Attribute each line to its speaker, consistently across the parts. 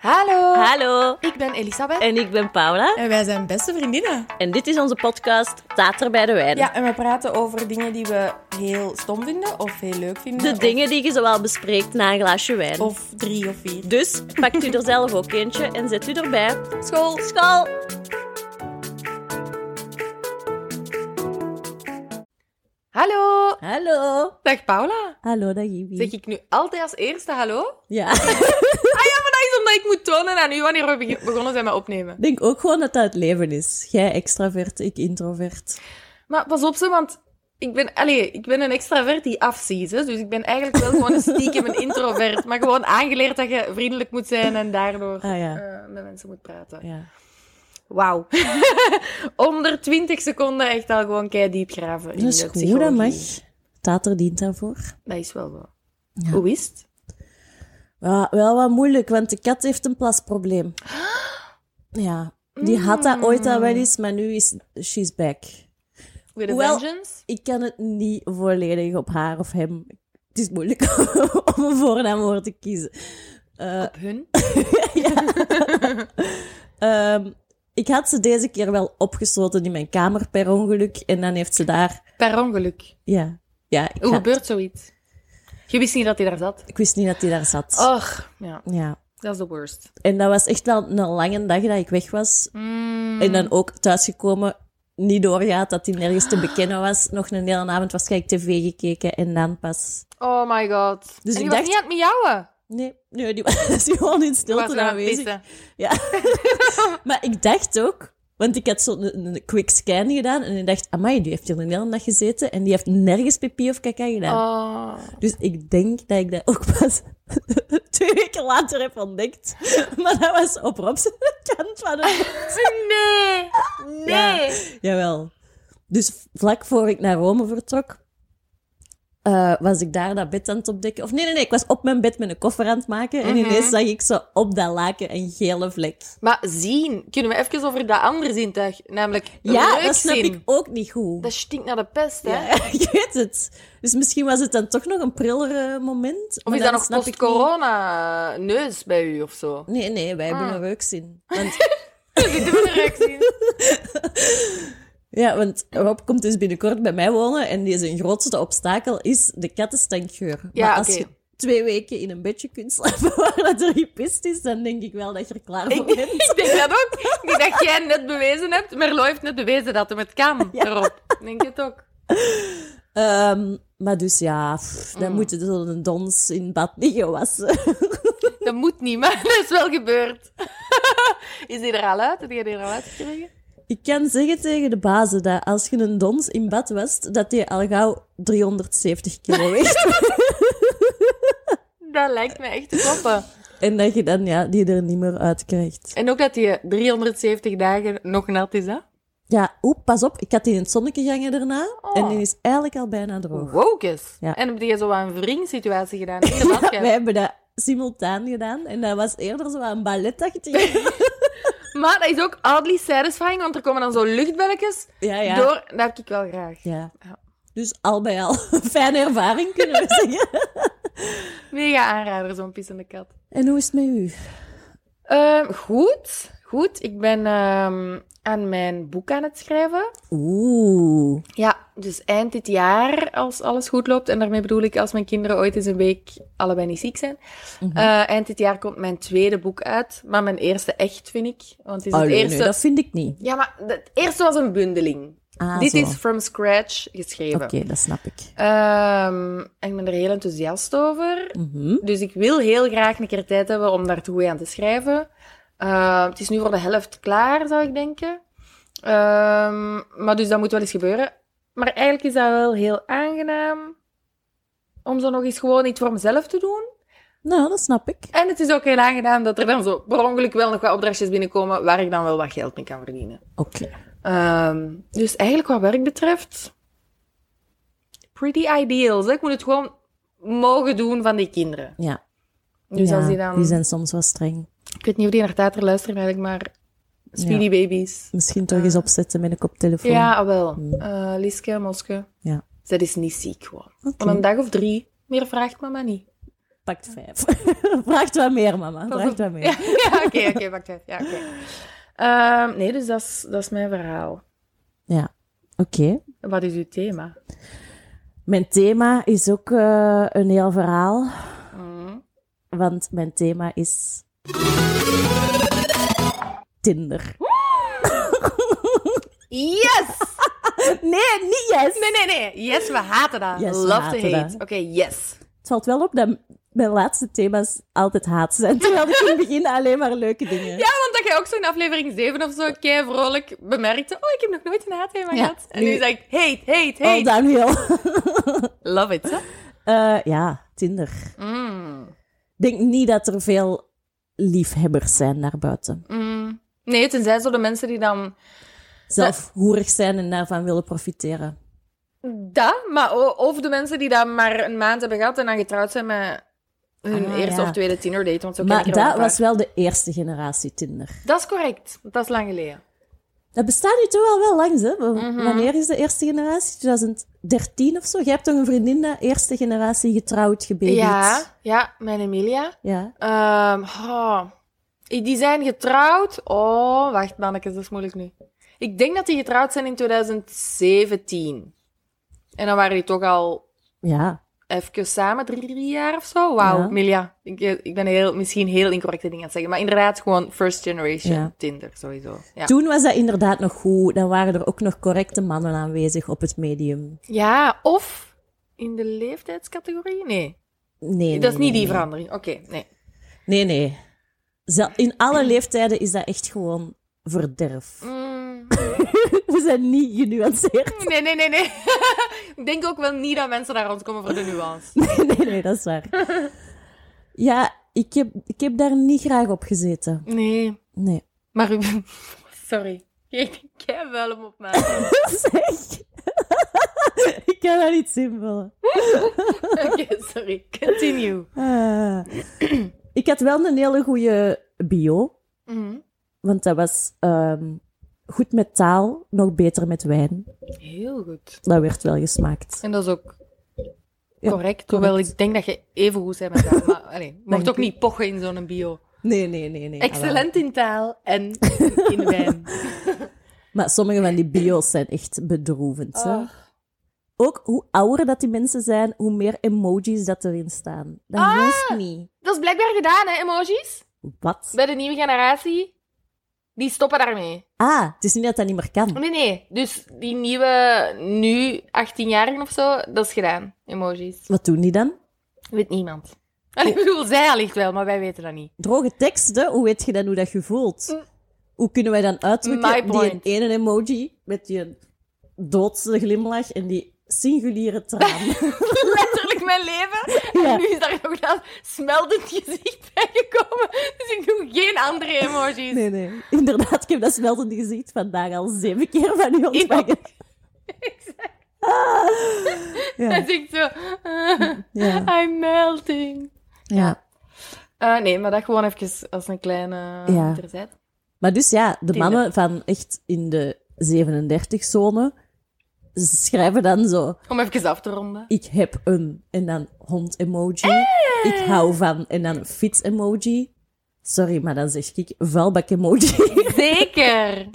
Speaker 1: Hallo.
Speaker 2: Hallo,
Speaker 1: Ik ben Elisabeth.
Speaker 2: en ik ben Paula.
Speaker 1: En wij zijn beste vriendinnen.
Speaker 2: En dit is onze podcast Tater bij de Wijn.
Speaker 1: Ja, en we praten over dingen die we heel stom vinden of heel leuk vinden.
Speaker 2: De
Speaker 1: of-
Speaker 2: dingen die je zowel bespreekt na een glaasje wijn.
Speaker 3: Oh.
Speaker 1: Of drie of vier.
Speaker 2: Dus pakt u er zelf ook eentje en zet u erbij.
Speaker 1: School.
Speaker 2: School!
Speaker 3: Hallo,
Speaker 2: Hallo.
Speaker 3: dag Paula.
Speaker 2: Hallo, dag
Speaker 1: Hm.
Speaker 2: Ibi.
Speaker 3: Zeg ik nu altijd als eerste hallo?
Speaker 2: Ja,
Speaker 3: Dat is omdat ik moet tonen aan u wanneer we beg- begonnen zijn met opnemen.
Speaker 2: ik denk ook gewoon dat dat het leven is. Jij extravert, ik introvert.
Speaker 3: Maar pas op ze, want ik ben, allee, ik ben een extravert die afziet. hè. Dus ik ben eigenlijk wel gewoon een stiekem een introvert. Maar gewoon aangeleerd dat je vriendelijk moet zijn en daardoor
Speaker 2: Ah ja.
Speaker 3: eh, met mensen moet praten.
Speaker 2: Ja.
Speaker 3: Wauw. Onder 20 seconden echt al gewoon kei diep graven. in
Speaker 2: Dat is
Speaker 3: de
Speaker 2: goed, dat mag.
Speaker 3: psychologie.
Speaker 2: Tater dient daarvoor.
Speaker 3: Dat is wel zo. Hoe is het?
Speaker 2: Ja, wel wat moeilijk, want de kat heeft een plasprobleem. Ja, die had dat ooit al wel eens, maar nu is she's back.
Speaker 3: With a
Speaker 2: Hoewel-
Speaker 3: vengeance?
Speaker 2: Ik kan het niet volledig op haar of hem. Het is moeilijk om een voornaamwoord te kiezen. eh,
Speaker 3: Op hun?
Speaker 2: Ehm, ik had ze deze keer wel opgesloten in mijn kamer per ongeluk. En dan heeft ze daar...
Speaker 3: Per ongeluk.
Speaker 2: Ja, ja ik,
Speaker 3: Hoe
Speaker 2: ga-
Speaker 3: gebeurt zoiets? Je wist niet dat hij daar zat.
Speaker 2: ik wist niet dat die daar zat.
Speaker 3: Och, ja,
Speaker 2: Ja.
Speaker 3: dat is de worst.
Speaker 2: En dat was echt wel een lange dag dat ik weg was.
Speaker 3: Mm.
Speaker 2: En dan ook thuisgekomen, niet doorgaat dat hij nergens te bekennen was. Nog een hele avond waarschijnlijk tv gekeken en dan pas...
Speaker 3: Oh my god.
Speaker 2: Dus
Speaker 3: en
Speaker 2: ik
Speaker 3: die was
Speaker 2: dacht-
Speaker 3: niet aan het miauwen.
Speaker 2: Nee, nee die was gewoon in
Speaker 3: Die was
Speaker 2: stilte
Speaker 3: er aan het
Speaker 2: nou aanwezig.
Speaker 3: pissen.
Speaker 2: Ja. maar ik dacht ook, want ik had zo'n een, een quick scan gedaan en ik dacht, amai, die heeft hier een hele dag gezeten en die heeft nergens pipi of kaka gedaan.
Speaker 3: Oh.
Speaker 2: Dus ik denk dat ik dat ook pas twee weken later heb ontdekt. Maar dat was op Rob's kant van het...
Speaker 3: Nee. Nee.
Speaker 2: Jawel. Dus vlak voor ik naar Rome vertrok, eh, was ik daar dat bed aan het opdekken. Of nee, nee, nee, ik was op mijn bed met een koffer aan het maken
Speaker 3: Mhm.
Speaker 2: en ineens zag ik zo op dat laken een gele vlek.
Speaker 3: Maar zien. Kunnen we even over dat andere zintuig? Namelijk
Speaker 2: Ja,
Speaker 3: reuk
Speaker 2: dat snap
Speaker 3: zien.
Speaker 2: ik ook niet goed.
Speaker 3: Dat stinkt naar de pest, hè?
Speaker 2: Ja, Eh, ik weet het. Dus misschien was het dan toch nog een priller eh, moment.
Speaker 3: Of
Speaker 2: maar
Speaker 3: is dat
Speaker 2: dan
Speaker 3: nog
Speaker 2: snap ik
Speaker 3: post-corona neus bij u of zo?
Speaker 2: niet- Nee, nee, wij
Speaker 3: Ah.
Speaker 2: hebben een reukzin. Want,
Speaker 3: Zitten we een reuk zien?
Speaker 2: ja, want Rob komt dus binnenkort bij mij wonen en die zijn grootste obstakel is de kattenstankgeur.
Speaker 3: Ja,
Speaker 2: maar als
Speaker 3: oké.
Speaker 2: je twee weken in een bedje kunt slapen waar dat er gepist is, dan denk ik wel dat je er klaar voor bent.
Speaker 3: Ik denk dat ook. Ik denk dat jij net bewezen hebt. Merlo heeft net bewezen dat hem het kan. Erop. Ik Denk het ook.
Speaker 2: Ehm, maar dus ja, pff,
Speaker 3: Mm.
Speaker 2: dan moet je zo'n dons in bad niet gewassen.
Speaker 3: Dat moet niet, maar dat is wel gebeurd. Is die er al uit? Heb jij die er al uitgekregen?
Speaker 2: Ik kan zeggen tegen de bazen dat als je een dons in bad wast, dat die al gauw 370 kilo weegt.
Speaker 3: Dat lijkt me echt te kloppen.
Speaker 2: en dat je dan ja, die er niet meer uitkrijgt.
Speaker 3: En ook dat die 370 dagen nog nat is, hè?
Speaker 2: Ja, oep, pas op. Ik had die in het zonnetje gangen daarna.
Speaker 3: Oh.
Speaker 2: En die is eigenlijk al bijna droog.
Speaker 3: Wokes.
Speaker 2: Ja.
Speaker 3: En heb je zo aan een vriendsituatie gedaan in de badkuip?
Speaker 2: Wij hebben dat simultaan gedaan. En dat was eerder zo een balletachtig.
Speaker 3: Maar dat is ook oddly satisfying, want er komen dan zo luchtbelletjes
Speaker 2: ja, ja.
Speaker 3: door. Dat heb ik wel graag.
Speaker 2: ja.
Speaker 3: Ja.
Speaker 2: Dus al bij al, fijne ervaring kunnen we zeggen.
Speaker 3: Mega aanrader, zo'n pissende kat.
Speaker 2: En hoe is het met u?
Speaker 3: Ehm, goed, goed. Ik ben ehm, aan mijn boek aan het schrijven.
Speaker 2: Oeh.
Speaker 3: Ja, dus eind dit jaar, als alles goed loopt, en daarmee bedoel ik als mijn kinderen ooit eens een week allebei niet ziek zijn.
Speaker 2: Mhm.
Speaker 3: eh, eind dit jaar komt mijn tweede boek uit, maar mijn eerste echt, vind ik. Want het is
Speaker 2: Allee,
Speaker 3: het eerste...
Speaker 2: Oh, nee, dat vind ik niet.
Speaker 3: Ja, maar het eerste was een bundeling.
Speaker 2: Ah,
Speaker 3: dit
Speaker 2: zo.
Speaker 3: is from scratch geschreven.
Speaker 2: Oké, dat snap ik.
Speaker 3: Ehm, en ik ben er heel enthousiast over.
Speaker 2: Mhm.
Speaker 3: Dus ik wil heel graag een keer tijd hebben om daar toe aan te schrijven. Eh, het is nu voor de helft klaar, zou ik denken. Ehm, maar dus dat moet wel eens gebeuren. Maar eigenlijk is dat wel heel aangenaam om zo nog eens gewoon iets voor mezelf te doen.
Speaker 2: Nou, dat snap ik.
Speaker 3: En het is ook heel aangenaam dat er dan zo per ongeluk wel nog wat opdrachtjes binnenkomen waar ik dan wel wat geld mee kan verdienen.
Speaker 2: Oké.
Speaker 3: Ehm, dus eigenlijk wat werk betreft, pretty ideals. hè. Ik moet het gewoon mogen doen van die kinderen.
Speaker 2: Ja.
Speaker 3: Dus
Speaker 2: Ja,
Speaker 3: als die dan...
Speaker 2: die zijn soms wel streng.
Speaker 3: Ik weet niet of die naar Tater luisteren eigenlijk, maar Speedy Babies.
Speaker 2: Misschien toch eens opzetten met een koptelefoon.
Speaker 3: Ja, ah, wel. Eh, Liske, Moske.
Speaker 2: Ja.
Speaker 3: Zij is niet ziek gewoon.
Speaker 2: Oké.
Speaker 3: Van een dag of drie. Meer vraagt mama niet.
Speaker 2: Pakt vijf. Vraagt wat meer, mama. Vraagt wat meer.
Speaker 3: Ja, ja, oké, oké, pak tijd. Ja, oké. Ehm, nee, dus dat is, dat is mijn verhaal.
Speaker 2: Ja, oké.
Speaker 3: Wat is uw thema?
Speaker 2: Mijn thema is ook eh, een heel verhaal.
Speaker 3: Mm.
Speaker 2: Want mijn thema is... Tinder.
Speaker 3: Yes!
Speaker 2: Nee, niet yes!
Speaker 3: Nee, nee, nee. Yes, we haten dat.
Speaker 2: Yes, we
Speaker 3: Love to
Speaker 2: haten
Speaker 3: hate.
Speaker 2: dat.
Speaker 3: Oké, yes.
Speaker 2: Het valt wel op dat mijn laatste thema's altijd haat zijn. Terwijl ik in het begin alleen maar leuke dingen...
Speaker 3: Ja, want dat jij ook zo in aflevering 7 of zo kei vrolijk bemerkte. Oh, ik heb nog nooit een haatthema
Speaker 2: Ja,
Speaker 3: gehad. En nu
Speaker 2: nu- Oh,
Speaker 3: is ik hate, hate,
Speaker 2: Al
Speaker 3: hate.
Speaker 2: downhill.
Speaker 3: Love it, hè?
Speaker 2: Eh, ja, Tinder.
Speaker 3: Mm.
Speaker 2: Ik denk niet dat er veel liefhebbers zijn daarbuiten.
Speaker 3: Mm. Nee, tenzij zo de mensen die dan...
Speaker 2: Zelf hoerig zijn en daarvan willen profiteren.
Speaker 3: Dat, maar o- of de mensen die dat maar een maand hebben gehad en dan getrouwd zijn met hun
Speaker 2: Ah,
Speaker 3: eerste
Speaker 2: ja.
Speaker 3: of tweede tienerdate. Want zo ken ik er
Speaker 2: maar
Speaker 3: wel
Speaker 2: dat
Speaker 3: een paar.
Speaker 2: was wel de eerste generatie Tinder.
Speaker 3: Dat is correct. want Dat is lang geleden.
Speaker 2: Dat bestaat nu toch al wel langs, hè? W-
Speaker 3: Mhm.
Speaker 2: Wanneer is de eerste generatie? 2013 of zo? Jij hebt toch een vriendin dat eerste generatie getrouwd gebabyt?
Speaker 3: Ja, ja, mijn Emilia.
Speaker 2: Ja.
Speaker 3: Ehm, oh. Die zijn getrouwd. Oh, wacht, mannetjes, dat is moeilijk nu. Ik denk dat die getrouwd zijn in 2017. En dan waren die toch al
Speaker 2: Ja.
Speaker 3: even samen, drie, drie jaar of zo. Wauw,
Speaker 2: Ja.
Speaker 3: Milia. Ik, ik ben heel, misschien heel incorrecte dingen aan het zeggen. Maar inderdaad, gewoon first generation
Speaker 2: Ja.
Speaker 3: Tinder, sowieso. Ja.
Speaker 2: Toen was dat inderdaad nog goed. Dan waren er ook nog correcte mannen aanwezig op het medium.
Speaker 3: ja, of in de leeftijdscategorie? Nee,
Speaker 2: Nee, nee,
Speaker 3: dat is
Speaker 2: nee,
Speaker 3: niet die
Speaker 2: nee.
Speaker 3: verandering. Oké, nee.
Speaker 2: Nee, nee. Zel- In alle leeftijden is dat echt gewoon verderf.
Speaker 3: Mm.
Speaker 2: We zijn niet genuanceerd.
Speaker 3: Nee, nee, nee, nee. ik denk ook wel niet dat mensen daar rondkomen voor de nuance.
Speaker 2: Nee, nee, nee, dat is waar. Ja, ik heb, ik heb daar niet graag op gezeten.
Speaker 3: Nee,
Speaker 2: Nee.
Speaker 3: maar u... Sorry. Ik heb wel hem op mij.
Speaker 2: Zeg. ik kan dat niet invullen.
Speaker 3: Oké, sorry. Continue.
Speaker 2: Ah. Ik had wel een hele goede bio, Mm.
Speaker 3: Mhm.
Speaker 2: want dat was ehm, goed met taal, nog beter met wijn.
Speaker 3: Heel goed.
Speaker 2: Dat werd wel gesmaakt.
Speaker 3: En dat is ook
Speaker 2: Ja,
Speaker 3: correct. Hoewel ik denk dat je even goed bent met taal. Maar allee, je
Speaker 2: Dank
Speaker 3: mocht ook
Speaker 2: u.
Speaker 3: niet pochen in zo'n bio.
Speaker 2: Nee, nee, nee. nee.
Speaker 3: Excellent in taal en in wijn.
Speaker 2: Maar sommige van die bio's zijn echt bedroevend. hè.
Speaker 3: Ah.
Speaker 2: Ook hoe ouder dat die mensen zijn, hoe meer emojis dat erin staan. Dat
Speaker 3: Ah.
Speaker 2: hoeft niet.
Speaker 3: Dat is blijkbaar gedaan, hè, emojis?
Speaker 2: Wat?
Speaker 3: Bij de nieuwe generatie. Die stoppen daarmee.
Speaker 2: Ah, het is niet dat dat niet meer kan.
Speaker 3: Nee, nee. Dus die nieuwe, nu 18-jarigen of zo, dat is gedaan. Emojis.
Speaker 2: Wat doen die dan?
Speaker 3: Weet niemand. Allee, ik bedoel, zij allicht wel, maar wij weten dat niet.
Speaker 2: Droge teksten, hoe weet je dan hoe dat je voelt?
Speaker 3: Mm.
Speaker 2: Hoe kunnen wij dan
Speaker 3: My
Speaker 2: uitdrukken die
Speaker 3: point.
Speaker 2: ene emoji met die doodse glimlach en die singuliere traan?
Speaker 3: Letterlijk mijn leven. En
Speaker 2: Ja.
Speaker 3: nu is daar nog dat smeltend gezicht bij gekomen. Dus ik doe geen andere emojis.
Speaker 2: Nee, nee. Inderdaad, ik heb dat smeltende gezicht vandaag al zeven keer van u ontvangen.
Speaker 3: Hij
Speaker 2: Ja,
Speaker 3: zegt Dus zo... "Ah,
Speaker 2: Ja.
Speaker 3: I'm melting.
Speaker 2: ja.
Speaker 3: Eh, nee, maar dat gewoon even als een kleine
Speaker 2: Ja.
Speaker 3: terzijde.
Speaker 2: Maar dus ja, de
Speaker 3: Tinder.
Speaker 2: mannen van echt in de 37-zone schrijven dan zo...
Speaker 3: Om even af te ronden.
Speaker 2: Ik heb een en dan hond-emoji. Ik
Speaker 3: Eh.
Speaker 2: hou van en dan fiets-emoji. Sorry, maar dan zeg ik vuilbak-emoji.
Speaker 3: Zeker!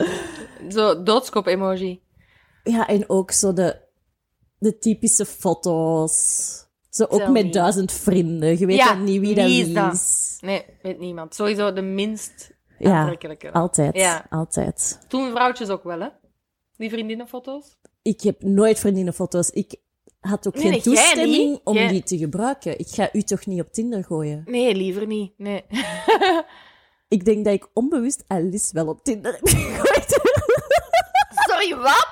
Speaker 3: Zo, doodskop-emoji.
Speaker 2: ja, en ook zo de, de typische foto's. Zo ook
Speaker 3: Tel
Speaker 2: met
Speaker 3: niet.
Speaker 2: duizend vrienden. Je weet
Speaker 3: Ja,
Speaker 2: dan niet wie dat
Speaker 3: wie is
Speaker 2: wie
Speaker 3: dat?
Speaker 2: is.
Speaker 3: Nee, weet niemand. Sowieso de minst
Speaker 2: Ja,
Speaker 3: aantrekkelijke.
Speaker 2: Altijd,
Speaker 3: Ja.
Speaker 2: altijd.
Speaker 3: Toen vrouwtjes ook wel, hè? Die vriendinnenfoto's.
Speaker 2: Ik heb nooit vriendinnenfoto's. Ik had ook
Speaker 3: Nee,
Speaker 2: geen
Speaker 3: nee, jij
Speaker 2: toestemming
Speaker 3: niet.
Speaker 2: om
Speaker 3: Jij-
Speaker 2: die te gebruiken. Ik ga u toch niet op Tinder gooien?
Speaker 3: Nee, liever niet. Nee.
Speaker 2: Ik denk dat ik onbewust Alice wel op Tinder heb gegooid.
Speaker 3: Sorry, wat?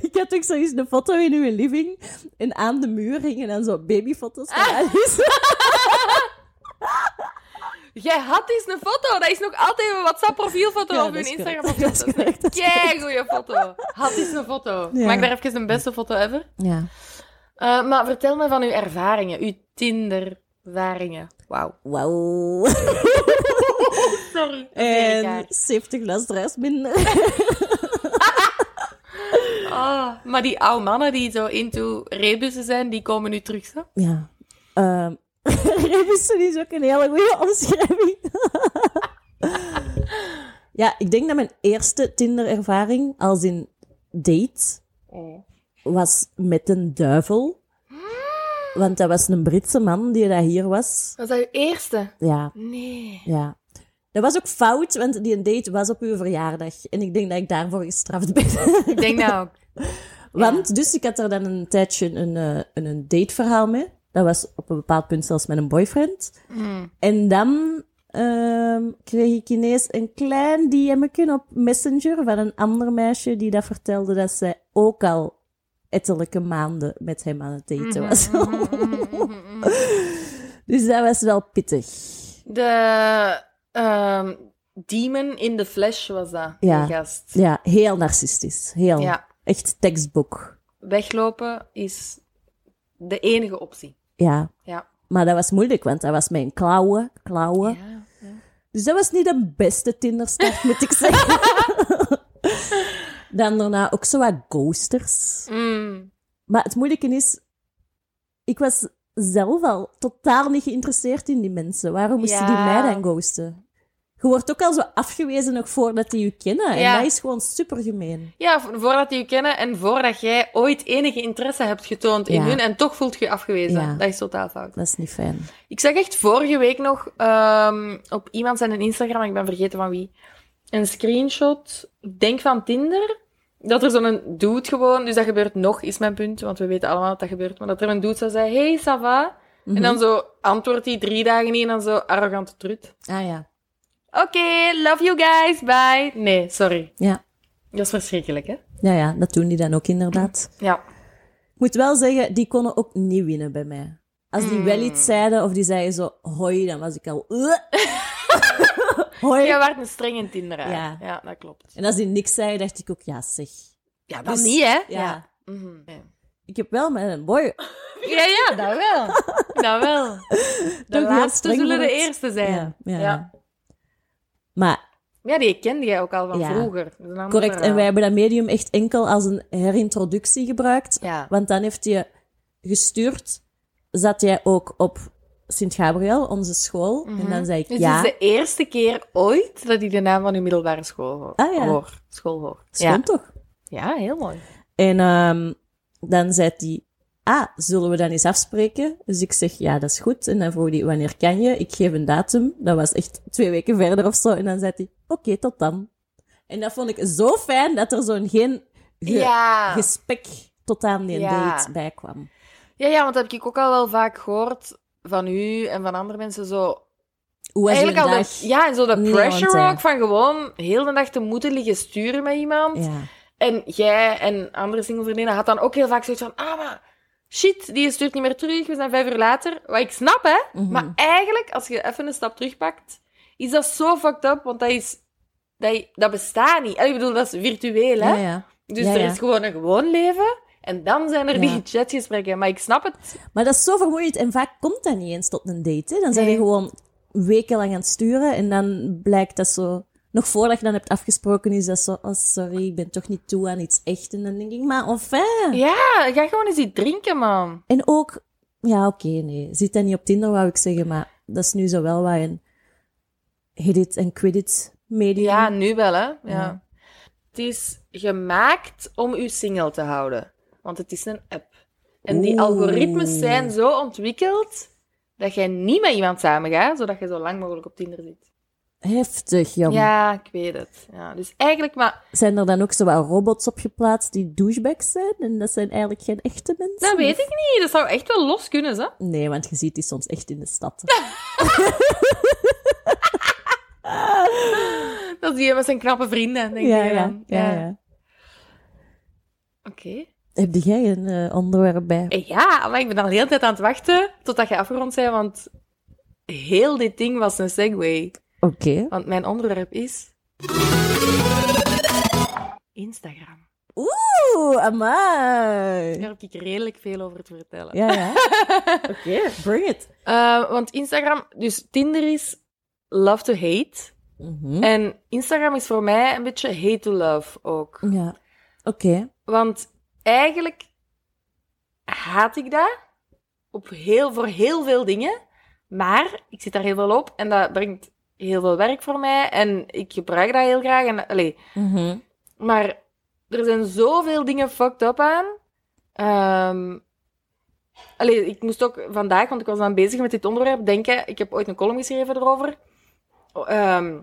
Speaker 2: ik had ook zoiets een foto in uw living. En aan de muur hingen dan zo babyfoto's van Alice.
Speaker 3: Jij had eens een foto. Dat is nog altijd een WhatsApp-profielfoto
Speaker 2: Ja,
Speaker 3: of
Speaker 2: dat
Speaker 3: een
Speaker 2: is
Speaker 3: Instagram-profielfoto.
Speaker 2: correct.
Speaker 3: Dat
Speaker 2: Dat is correct, dat is
Speaker 3: Kijk, goede foto. Had eens een foto.
Speaker 2: Ja.
Speaker 3: Maak daar even een beste foto ever.
Speaker 2: ja.
Speaker 3: Eh, maar vertel me van uw ervaringen, uw Tinder-ervaringen. Wauw.
Speaker 2: Wauw.
Speaker 3: Sorry. dat is weer
Speaker 2: En
Speaker 3: raar.
Speaker 2: 70 luisteraars minder.
Speaker 3: Ah, maar die oude mannen die zo into rebussen zijn, die komen nu terug zo.
Speaker 2: ja. Ehm, Revissen is ook een hele goede omschrijving. ja, ik denk dat mijn eerste Tinder-ervaring, als in date,
Speaker 3: Oh.
Speaker 2: was met een duivel. Want dat was een Britse man die daar hier was.
Speaker 3: Was dat je eerste?
Speaker 2: Ja,
Speaker 3: Nee.
Speaker 2: ja. Dat was ook fout, want die date was op uw verjaardag. En ik denk dat ik daarvoor gestraft ben.
Speaker 3: Ik denk nou ook.
Speaker 2: Want, dus ik had er dan een tijdje een, eh, een, een dateverhaal mee. Dat was op een bepaald punt zelfs met een boyfriend.
Speaker 3: Hmm.
Speaker 2: En dan ehm, kreeg ik ineens een klein DM'tje op Messenger van een ander meisje die dat vertelde dat zij ook al ettelijke maanden met hem aan het
Speaker 3: Mhm,
Speaker 2: daten was.
Speaker 3: Hmm,
Speaker 2: dus dat was wel pittig.
Speaker 3: De ehm, demon in the flesh was dat,
Speaker 2: Ja.
Speaker 3: die gast.
Speaker 2: Ja, heel narcistisch. Heel.
Speaker 3: Ja.
Speaker 2: Echt tekstboek.
Speaker 3: Weglopen is de enige optie.
Speaker 2: Ja.
Speaker 3: Ja.
Speaker 2: Maar dat was moeilijk, want dat was mijn klauwen. Klauwen.
Speaker 3: Ja.
Speaker 2: Dus dat was niet de beste Tinderstart, moet ik zeggen. Dan daarna ook zo wat ghosters.
Speaker 3: Mm.
Speaker 2: Maar het moeilijke is, ik was zelf al totaal niet geïnteresseerd in die mensen. Waarom moesten
Speaker 3: Ja.
Speaker 2: die mij dan ghosten? Je wordt ook al zo afgewezen nog voordat die je kennen.
Speaker 3: Ja.
Speaker 2: En dat is gewoon super gemeen.
Speaker 3: Ja, vo- voordat die je kennen en voordat jij ooit enige interesse hebt getoond in
Speaker 2: Ja.
Speaker 3: hun en toch voelt je je afgewezen.
Speaker 2: Ja.
Speaker 3: Dat is totaal fout.
Speaker 2: Dat is niet fijn.
Speaker 3: Ik zag echt vorige week nog ehm, op iemand zijn Instagram, ik ben vergeten van wie, een screenshot, ik denk van Tinder, dat er zo'n dude gewoon, dus dat gebeurt nog, is mijn punt, want we weten allemaal dat dat gebeurt, maar dat er een dude zou zeggen, hey, ça va?
Speaker 2: Mhm.
Speaker 3: En dan zo antwoordt hij drie dagen niet en dan zo arrogante trut.
Speaker 2: Ah ja.
Speaker 3: Oké, love you guys, bye. Nee, sorry.
Speaker 2: Ja.
Speaker 3: Dat is verschrikkelijk, hè?
Speaker 2: Ja, ja, dat doen die dan ook inderdaad.
Speaker 3: Ja.
Speaker 2: Ik moet wel zeggen, die konden ook niet winnen bij mij. Als die wel
Speaker 3: Hmm.
Speaker 2: iets zeiden of die zeiden zo hoi, dan was ik al... "Ugh." hoi.
Speaker 3: Jij waart een strenge Tinder,
Speaker 2: Ja.
Speaker 3: ja. ja, dat klopt.
Speaker 2: En als die niks zei, dacht ik ook ja zeg.
Speaker 3: Ja, dat
Speaker 2: Dus-
Speaker 3: niet, hè?
Speaker 2: Ja.
Speaker 3: Mhm. ja.
Speaker 2: Ik heb wel met een boy...
Speaker 3: Ja, ja, dat wel. Dat wel. De
Speaker 2: heel
Speaker 3: laatste
Speaker 2: streng
Speaker 3: zullen de
Speaker 2: wordt.
Speaker 3: eerste zijn.
Speaker 2: Ja,
Speaker 3: Ja,
Speaker 2: ja.
Speaker 3: ja.
Speaker 2: Maar
Speaker 3: die kende jij ook al van
Speaker 2: Ja.
Speaker 3: vroeger. Dat is een ander
Speaker 2: correct, en
Speaker 3: verhaal.
Speaker 2: wij hebben dat medium echt enkel als een herintroductie gebruikt.
Speaker 3: Ja.
Speaker 2: Want dan heeft je gestuurd, zat jij ook op Sint-Gabriel, onze school. En dan zei ik
Speaker 3: Dus
Speaker 2: ja,
Speaker 3: het is de eerste keer ooit dat ik de naam van uw middelbare school hoor.
Speaker 2: Ah, ja.
Speaker 3: hoor. School hoor.
Speaker 2: schoon
Speaker 3: Ja.
Speaker 2: toch?
Speaker 3: ja, heel mooi.
Speaker 2: En ehm, dan zei hij, ah, zullen we dan eens afspreken? Dus ik zeg, ja, dat is goed. En dan vroeg hij, wanneer kan je? Ik geef een datum. Dat was echt twee weken verder of zo. En dan zei hij, oké, tot dan. En dat vond ik zo fijn dat er zo'n geen ge-
Speaker 3: ja.
Speaker 2: gespek tot aan die
Speaker 3: Ja.
Speaker 2: date bij kwam.
Speaker 3: ja, ja, want dat heb ik ook al wel vaak gehoord van u en van andere mensen zo.
Speaker 2: Hoe was je
Speaker 3: Eigenlijk al
Speaker 2: dag?
Speaker 3: dat, ja, en zo dat
Speaker 2: Nee, want,
Speaker 3: pressure
Speaker 2: eh,
Speaker 3: ook van gewoon heel de dag te moeten liggen sturen met iemand.
Speaker 2: Ja.
Speaker 3: En jij en andere singlevriendinnen had dan ook heel vaak zoiets van... Ah, maar shit, die stuurt niet meer terug. We zijn vijf uur later. Wat ik snap, hè.
Speaker 2: Mhm.
Speaker 3: Maar eigenlijk, als je even een stap terugpakt... Is dat zo fucked up, want dat is... Dat, dat bestaat niet. Allee, Ik bedoel, dat is virtueel, hè.
Speaker 2: Ja, ja.
Speaker 3: Dus
Speaker 2: Ja,
Speaker 3: er
Speaker 2: ja.
Speaker 3: is gewoon een gewoon leven... En dan zijn er
Speaker 2: Ja.
Speaker 3: die chatgesprekken. Maar ik snap het.
Speaker 2: Maar dat is zo vermoeiend en vaak komt dat niet eens tot een date. Hè? Dan zijn
Speaker 3: Nee.
Speaker 2: je gewoon wekenlang aan het sturen en dan blijkt dat zo... Nog voordat je dan hebt afgesproken is dat zo, oh sorry, ik ben toch niet toe aan iets echt. En dan denk ik, maar enfin.
Speaker 3: Ja, ga gewoon eens iets drinken, man.
Speaker 2: En ook, ja oké, nee, zit dat niet op Tinder wou ik zeggen, maar dat is nu zo wel waar een hit it en quit it medium.
Speaker 3: Ja, nu wel, hè. Ja.
Speaker 2: Ja.
Speaker 3: Het is gemaakt om u single te houden. Want het is een app. En die
Speaker 2: Oeh.
Speaker 3: algoritmes zijn zo ontwikkeld dat jij niet met iemand samengaat, zodat je zo lang mogelijk op Tinder zit.
Speaker 2: Heftig, jong.
Speaker 3: Ja, ik weet het. Ja, dus eigenlijk, maar
Speaker 2: Zijn er dan ook zo wat robots op geplaatst die douchebags zijn? En dat zijn eigenlijk geen echte mensen?
Speaker 3: dat weet ik niet. Dat zou echt wel los kunnen, zo.
Speaker 2: Nee, want je ziet die soms echt in de stad.
Speaker 3: Dat zie je met zijn knappe vrienden, denk
Speaker 2: ja,
Speaker 3: ik.
Speaker 2: ja,
Speaker 3: dan.
Speaker 2: ja,
Speaker 3: Ja.
Speaker 2: ja.
Speaker 3: Oké.
Speaker 2: Heb jij een eh, onderwerp bij?
Speaker 3: Eh, Ja, maar ik ben al de hele tijd aan het wachten totdat je afgerond bent, want heel dit ding was een segue.
Speaker 2: Oké.
Speaker 3: Want mijn onderwerp is. Instagram.
Speaker 2: Oeh, amai.
Speaker 3: Daar heb ik redelijk veel over te vertellen.
Speaker 2: Ja, ja. Oké, bring it.
Speaker 3: Eh, want Instagram, dus Tinder is love to hate.
Speaker 2: Mhm.
Speaker 3: En Instagram is voor mij een beetje hate to love ook.
Speaker 2: Ja, oké.
Speaker 3: Want eigenlijk haat ik dat op heel, voor heel veel dingen. Maar ik zit daar heel veel op en dat brengt heel veel werk voor mij. En ik gebruik dat heel graag. En, allee,
Speaker 2: Mhm.
Speaker 3: maar er zijn zoveel dingen fucked up aan. Ehm allee, ik moest ook vandaag, want ik was dan bezig met dit onderwerp, denken... Ik heb ooit een column geschreven erover. Ehm,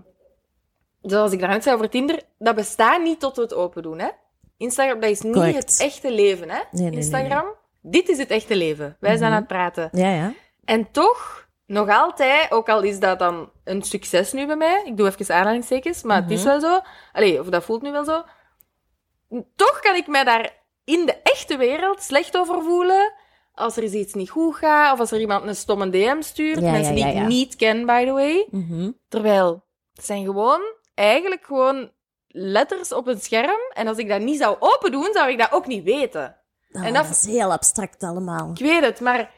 Speaker 3: zoals ik daarnet zei over Tinder, dat bestaat niet tot we het open doen, hè. Instagram, dat is niet
Speaker 2: Correct.
Speaker 3: het echte leven, hè.
Speaker 2: nee, nee,
Speaker 3: Instagram, dit is het echte leven. Wij zijn
Speaker 2: Mhm.
Speaker 3: aan het praten.
Speaker 2: Ja, ja.
Speaker 3: En toch, nog altijd, ook al is dat dan een succes nu bij mij, ik doe even aanhalingstekens, maar het is
Speaker 2: Mhm.
Speaker 3: wel zo, allee, of dat voelt nu wel zo, toch kan ik mij daar in de echte wereld slecht over voelen als er eens iets niet goed gaat, of als er iemand een stomme DM stuurt,
Speaker 2: Ja,
Speaker 3: mensen
Speaker 2: ja, ja,
Speaker 3: die
Speaker 2: ja.
Speaker 3: ik niet ken, by the way.
Speaker 2: Mhm.
Speaker 3: Terwijl, het zijn gewoon, eigenlijk gewoon letters op een scherm, en als ik dat niet zou open doen, zou ik dat ook niet weten.
Speaker 2: Ah,
Speaker 3: En
Speaker 2: dat
Speaker 3: dat-
Speaker 2: is heel abstract allemaal.
Speaker 3: Ik weet het, maar,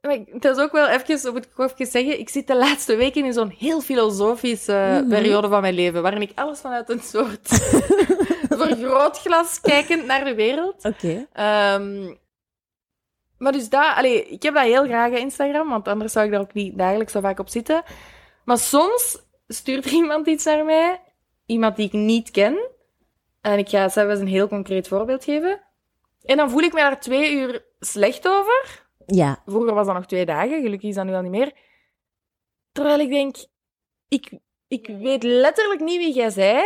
Speaker 3: maar ik- het is ook wel even, dat moet ik ook even zeggen, ik zit de laatste weken in zo'n heel filosofische eh,
Speaker 2: Mhm.
Speaker 3: periode van mijn leven, waarin ik alles vanuit een soort vergrootglas kijkend naar de wereld.
Speaker 2: Oké.
Speaker 3: Ehm, maar dus daar, allee, ik heb dat heel graag, hè, Instagram, want anders zou ik daar ook niet dagelijks zo vaak op zitten. Maar soms stuurt er iemand iets naar mij, iemand die ik niet ken. En ik ga zelfs een heel concreet voorbeeld geven. En dan voel ik mij daar twee uur slecht over.
Speaker 2: Ja.
Speaker 3: Vroeger was dat nog twee dagen, gelukkig is dat nu al niet meer. Terwijl ik denk, ik, ik weet letterlijk niet wie jij zei.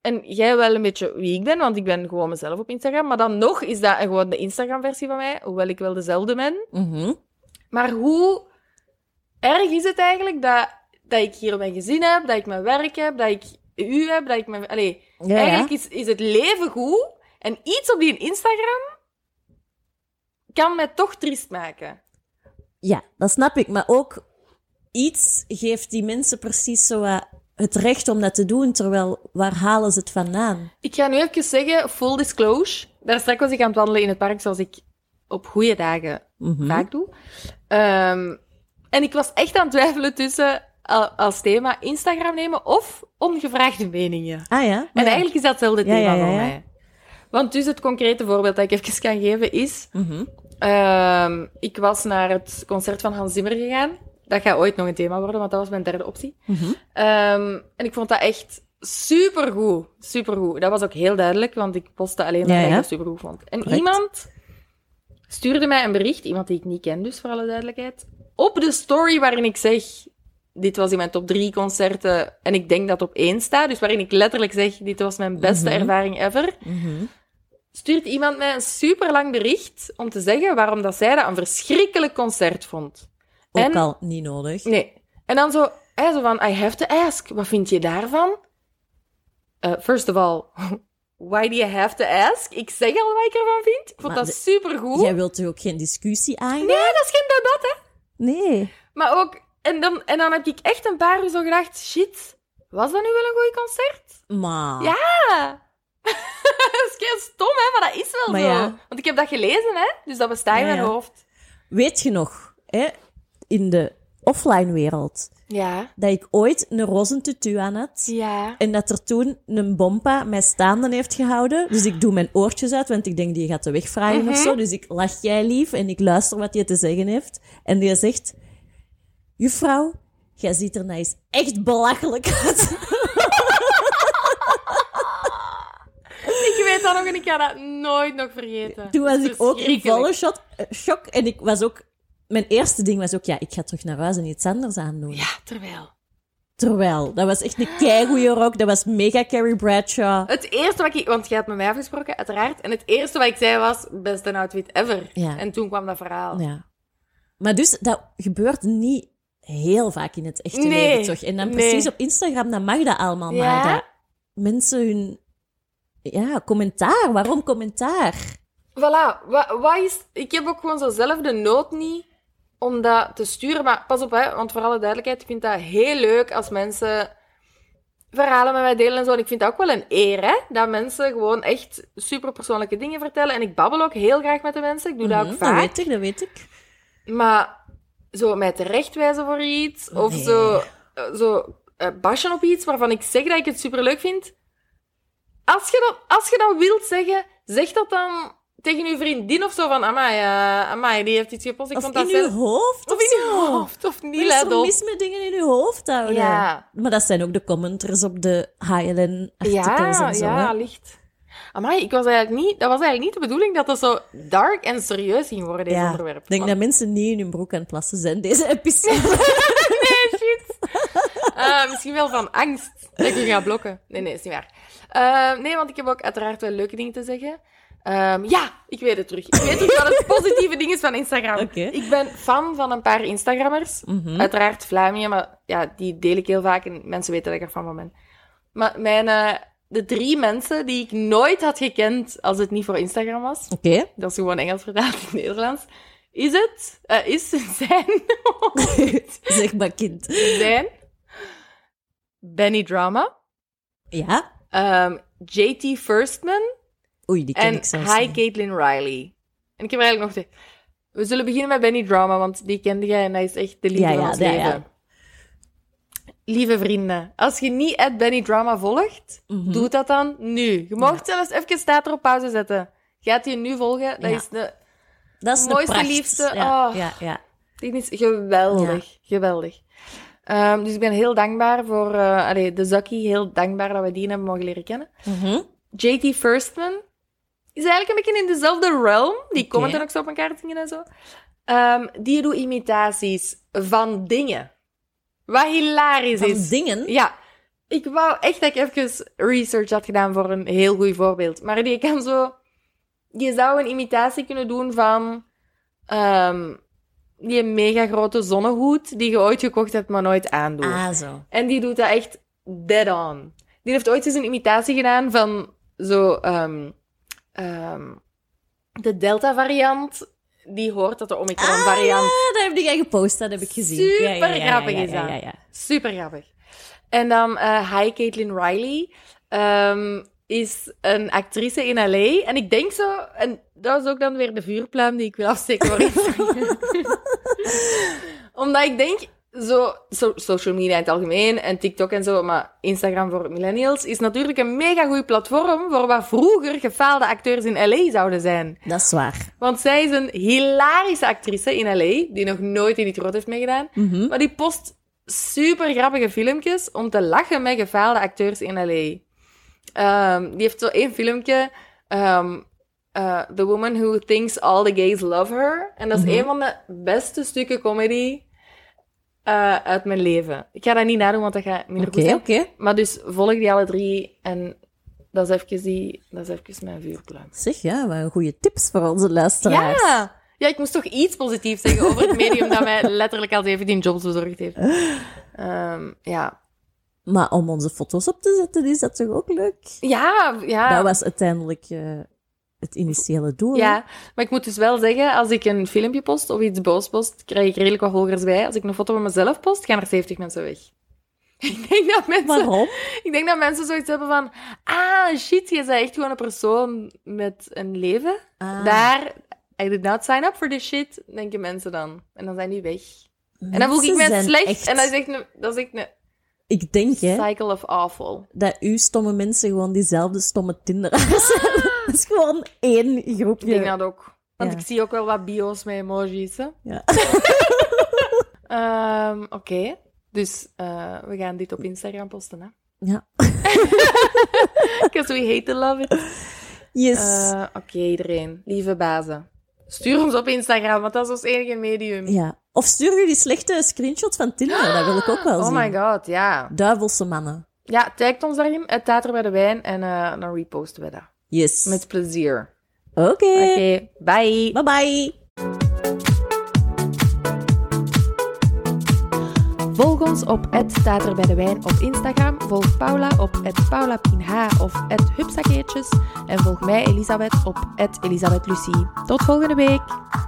Speaker 3: En jij wel een beetje wie ik ben, want ik ben gewoon mezelf op Instagram. Maar dan nog is dat gewoon de Instagram-versie van mij, hoewel ik wel dezelfde ben.
Speaker 2: Mhm.
Speaker 3: Maar hoe erg is het eigenlijk dat, dat ik hier mijn gezin heb, dat ik mijn werk heb, dat ik u heb, dat ik mijn... Allee,
Speaker 2: Ja, ja.
Speaker 3: Eigenlijk is, is het leven goed en iets op die Instagram kan mij toch triest maken.
Speaker 2: Ja, dat snap ik. Maar ook iets geeft die mensen precies zo wat het recht om dat te doen, terwijl waar halen ze het vandaan?
Speaker 3: Ik ga nu even zeggen, full disclosure. Daar straks was ik aan het wandelen in het park, zoals ik op goede dagen
Speaker 2: Mhm.
Speaker 3: vaak doe. Ehm, en ik was echt aan het twijfelen tussen al- als thema Instagram nemen of ongevraagde meningen.
Speaker 2: Ah ja.
Speaker 3: En
Speaker 2: ja.
Speaker 3: eigenlijk is dat hetzelfde
Speaker 2: Ja,
Speaker 3: thema
Speaker 2: ja, ja,
Speaker 3: voor
Speaker 2: ja.
Speaker 3: mij. Want dus het concrete voorbeeld dat ik even kan geven is...
Speaker 2: Mhm.
Speaker 3: ehm, ik was naar het concert van Hans Zimmer gegaan. Dat gaat ooit nog een thema worden, want dat was mijn derde optie.
Speaker 2: Mhm.
Speaker 3: Ehm, en ik vond dat echt supergoed. Supergoed. Dat was ook heel duidelijk, want ik postte alleen maar
Speaker 2: Ja,
Speaker 3: dat ik
Speaker 2: ja.
Speaker 3: dat supergoed vond. En
Speaker 2: Correct.
Speaker 3: iemand stuurde mij een bericht, iemand die ik niet ken dus, voor alle duidelijkheid, op de story waarin ik zeg, dit was in mijn top drie concerten en ik denk dat op één staat, dus waarin ik letterlijk zeg, dit was mijn beste
Speaker 2: Mhm.
Speaker 3: ervaring ever,
Speaker 2: Mhm.
Speaker 3: stuurt iemand mij een superlang bericht om te zeggen waarom dat zij dat een verschrikkelijk concert vond.
Speaker 2: Ook
Speaker 3: En-
Speaker 2: al niet nodig.
Speaker 3: Nee. En dan zo, hè, zo van, I have to ask. Wat vind je daarvan? Eh, first of all, why do you have to ask? Ik zeg al wat ik ervan vind. Ik vond
Speaker 2: Maar
Speaker 3: dat
Speaker 2: de-
Speaker 3: supergoed.
Speaker 2: Jij wilt er ook geen discussie aan?
Speaker 3: Nee, dat is geen debat, hè.
Speaker 2: Nee.
Speaker 3: Maar ook, en dan, en dan heb ik echt een paar uur zo gedacht, shit, was dat nu wel een goed concert?
Speaker 2: Maar...
Speaker 3: Ja. Ah. dat is heel stom, hè, maar dat is wel
Speaker 2: Maar
Speaker 3: zo.
Speaker 2: ja.
Speaker 3: Want ik heb dat gelezen, hè. Dus dat bestaat in
Speaker 2: Ja,
Speaker 3: mijn
Speaker 2: ja.
Speaker 3: hoofd.
Speaker 2: Weet je nog, hè, in de offline-wereld,
Speaker 3: Ja.
Speaker 2: dat ik ooit een rozentutue aan had...
Speaker 3: Ja.
Speaker 2: En dat er toen een bompa mij staande heeft gehouden. Dus ik doe mijn oortjes uit, want ik denk die gaat de weg vragen
Speaker 3: Mhm.
Speaker 2: of zo. Dus ik lach jij lief en ik luister wat je te zeggen heeft. En die zegt, juffrouw, jij ziet er nou eens echt belachelijk uit.
Speaker 3: Ik weet dat nog en ik ga dat nooit nog vergeten.
Speaker 2: Toen was
Speaker 3: Dat is
Speaker 2: ik ook in
Speaker 3: verschrikkelijk.
Speaker 2: volle shot, eh, shock. En ik was ook, mijn eerste ding was ook, ja, ik ga terug naar huis en iets anders aandoen.
Speaker 3: Ja, terwijl...
Speaker 2: Terwijl, dat was echt een keigoeie rok. Dat was mega Carrie Bradshaw.
Speaker 3: Het eerste wat ik... Want jij hebt met mij afgesproken, uiteraard. En het eerste wat ik zei was, beste outfit ever.
Speaker 2: Ja.
Speaker 3: En toen kwam dat verhaal.
Speaker 2: Ja. Maar dus, dat gebeurt niet heel vaak in het echte
Speaker 3: Nee,
Speaker 2: leven, toch? En dan
Speaker 3: nee.
Speaker 2: precies op Instagram, dan mag dat allemaal. Maar
Speaker 3: Ja?
Speaker 2: dat mensen hun... Ja, commentaar. Waarom commentaar?
Speaker 3: Voilà. Wa- wat is... Ik heb ook gewoon zo zelf de nood niet om dat te sturen. Maar pas op, hè, want voor alle duidelijkheid, ik vind dat heel leuk als mensen verhalen met mij delen en zo. En ik vind dat ook wel een eer, hè. Dat mensen gewoon echt superpersoonlijke dingen vertellen. En ik babbel ook heel graag met de mensen. Ik doe dat
Speaker 2: Mhm,
Speaker 3: ook vaak.
Speaker 2: weet ik, dat weet ik.
Speaker 3: Maar zo mij terechtwijzen voor iets, of
Speaker 2: Nee.
Speaker 3: zo, eh, zo eh, bashen op iets waarvan ik zeg dat ik het superleuk vind. Als je, dat, als je dat wilt zeggen, zeg dat dan tegen uw vriendin of zo van, amai, eh, amai die heeft iets gepost. Ik
Speaker 2: Of
Speaker 3: vond dat
Speaker 2: in uw
Speaker 3: zelf...
Speaker 2: hoofd?
Speaker 3: Of in uw
Speaker 2: zo.
Speaker 3: hoofd, of
Speaker 2: Wat
Speaker 3: niet,
Speaker 2: is
Speaker 3: let
Speaker 2: er
Speaker 3: op.
Speaker 2: mis met dingen in uw hoofd houden?
Speaker 3: Ja.
Speaker 2: Maar dat zijn ook de commenters op de HLN-artikels
Speaker 3: Ja,
Speaker 2: en zo.
Speaker 3: ja,
Speaker 2: hè.
Speaker 3: licht. Amai, ik was eigenlijk niet, dat was eigenlijk niet de bedoeling dat dat zo dark en serieus ging worden, dit
Speaker 2: Ja.
Speaker 3: onderwerp.
Speaker 2: Ik denk
Speaker 3: Want-
Speaker 2: dat mensen niet in hun broek aan het plassen zijn deze episode.
Speaker 3: Nee, shit. Eh, misschien wel van angst dat ik u ga blokken. Nee, nee, is niet waar. Eh, nee, want ik heb ook uiteraard wel leuke dingen te zeggen. Ehm, ja, ik weet het terug. Ik weet terug wat het positieve ding is van Instagram.
Speaker 2: Oké. Mhm.
Speaker 3: Ik ben fan van een paar Instagrammers. Uiteraard Vlamingen, maar ja, die deel ik heel vaak en mensen weten dat ik er fan van ben. Maar mijn, eh, de drie mensen die ik nooit had gekend als het niet voor Instagram was,
Speaker 2: Oké.
Speaker 3: dat is gewoon Engels vertaald in het Nederlands, is het, eh, is, zijn,
Speaker 2: zeg maar, kind.
Speaker 3: zijn Benny Drama,
Speaker 2: Ja?
Speaker 3: ehm, JT Firstman
Speaker 2: Oei, die ken
Speaker 3: en
Speaker 2: ik zelfs
Speaker 3: Hi
Speaker 2: niet.
Speaker 3: Caitlin Riley. En ik heb eigenlijk nog de... We zullen beginnen met Benny Drama, want die kende jij en hij is echt de liefde
Speaker 2: Ja,
Speaker 3: van
Speaker 2: ja,
Speaker 3: ons
Speaker 2: ja,
Speaker 3: leven.
Speaker 2: ja.
Speaker 3: Lieve vrienden, als je niet at Benny Drama volgt,
Speaker 2: Mhm.
Speaker 3: doe dat dan nu. Je mag zelfs even staat op pauze zetten. Gaat die nu volgen? Dat
Speaker 2: Ja.
Speaker 3: is de...
Speaker 2: Dat is de
Speaker 3: mooiste
Speaker 2: pracht.
Speaker 3: liefste,
Speaker 2: Ja,
Speaker 3: oh.
Speaker 2: ja, ja.
Speaker 3: Dit is geweldig, geweldig. Ehm, dus ik ben heel dankbaar voor... eh allee, de Zakkie, heel dankbaar dat we die hebben mogen leren kennen.
Speaker 2: Mhm.
Speaker 3: JT Firstman is eigenlijk een beetje in dezelfde realm. Die commenten
Speaker 2: Oké.
Speaker 3: ook zo op elkaar dingen en zo. Ehm, die doet imitaties van dingen. Wat hilarisch
Speaker 2: Van
Speaker 3: is.
Speaker 2: dingen?
Speaker 3: Ja. Ik wou echt dat ik even research had gedaan voor een heel goed voorbeeld. Maar die kan zo... Je zou een imitatie kunnen doen van... ehm, die mega grote zonnehoed die je ooit gekocht hebt, maar nooit aandoet.
Speaker 2: Ah, zo.
Speaker 3: En die doet dat echt dead on. Die heeft ooit eens een imitatie gedaan van zo ehm, ehm, de Delta variant. Die hoort dat de Omicron variant.
Speaker 2: Ah, dat heb jij gepost, dat heb ik gezien. Ja, ja, ja,
Speaker 3: Super
Speaker 2: ja,
Speaker 3: grappig
Speaker 2: ja,
Speaker 3: is
Speaker 2: ja,
Speaker 3: dat.
Speaker 2: ja, ja.
Speaker 3: Super grappig. En dan eh Hi Caitlin Riley ehm, is een actrice in LA. En ik denk zo, en dat is ook dan weer de vuurpluim die ik wil afsteken voor Instagram. Omdat ik denk, zo, so- social media in het algemeen en TikTok en zo, maar Instagram voor millennials is natuurlijk een mega goed platform voor wat vroeger gefaalde acteurs in LA zouden zijn.
Speaker 2: Dat is waar.
Speaker 3: Want zij is een hilarische actrice in LA, die nog nooit in het rood heeft meegedaan.
Speaker 2: Mhm.
Speaker 3: Maar die post super grappige filmpjes om te lachen met gefaalde acteurs in LA. Ehm, die heeft zo één filmpje. ehm, eh, the Woman Who Thinks All the Gays Love Her. En dat is een van de beste stukken comedy eh, uit mijn leven. Ik ga dat niet nadoen, want dat gaat minder
Speaker 2: Oké,
Speaker 3: goed zijn.
Speaker 2: oké.
Speaker 3: Maar dus volg die alle drie. En dat is even, die, dat is even mijn vuurpluim.
Speaker 2: Zeg, ja, wat een goede tips voor onze luisteraars.
Speaker 3: Ja! Ja, ik moest toch iets positiefs zeggen over het medium dat mij letterlijk al 17 jobs bezorgd heeft. Ehm, ja.
Speaker 2: Maar om onze foto's op te zetten, is dat toch ook leuk?
Speaker 3: Ja, ja.
Speaker 2: Dat was uiteindelijk eh, het initiële doel. hè?
Speaker 3: ja. Maar ik moet dus wel zeggen, als ik een filmpje post of iets boos post, krijg ik redelijk wat volgers bij. Als ik een foto van mezelf post, gaan er 70 mensen weg. Ik denk dat mensen,
Speaker 2: Waarom?
Speaker 3: ik denk dat mensen zoiets hebben van, ah, shit, je bent echt gewoon een persoon met een leven.
Speaker 2: Ah.
Speaker 3: Daar, I did not sign up for this shit, denken mensen dan. En dan zijn die weg. en dan voel ik
Speaker 2: Mensen
Speaker 3: me
Speaker 2: zijn
Speaker 3: slecht.
Speaker 2: echt-
Speaker 3: En dat is echt een, dat is echt een
Speaker 2: Ik denk hè,
Speaker 3: cycle of awful.
Speaker 2: dat uw stomme mensen gewoon diezelfde stomme tinderaars zijn. Dat is gewoon één
Speaker 3: Ik denk
Speaker 2: groepje.
Speaker 3: dat ook. Want
Speaker 2: Ja.
Speaker 3: ik zie ook wel wat bio's met emojis, hè.
Speaker 2: Ja.
Speaker 3: Ehm, Oké. Dus eh, we gaan dit op Instagram posten, hè.
Speaker 2: Ja.
Speaker 3: Because we hate to love it.
Speaker 2: Yes.
Speaker 3: Eh, Oké, iedereen. Lieve bazen. Stuur ons op Instagram, want dat is ons enige medium.
Speaker 2: ja. Of stuur jullie slechte screenshots van Tinder, dat wil ik ook wel
Speaker 3: Oh
Speaker 2: zien.
Speaker 3: my god, ja.
Speaker 2: Duivelse mannen.
Speaker 3: Ja, tagt ons daarin. Het Tater bij de wijn. En eh, dan reposten we dat.
Speaker 2: Yes.
Speaker 3: Met plezier.
Speaker 2: Oké.
Speaker 3: Oké, bye.
Speaker 2: Bye bye.
Speaker 3: Volg ons op het Staat er bij de wijn op Instagram. Volg Paula op het paulapinh of het hupsakeertjes. En volg mij Elisabeth op het Elisabeth Lucie. Tot volgende week!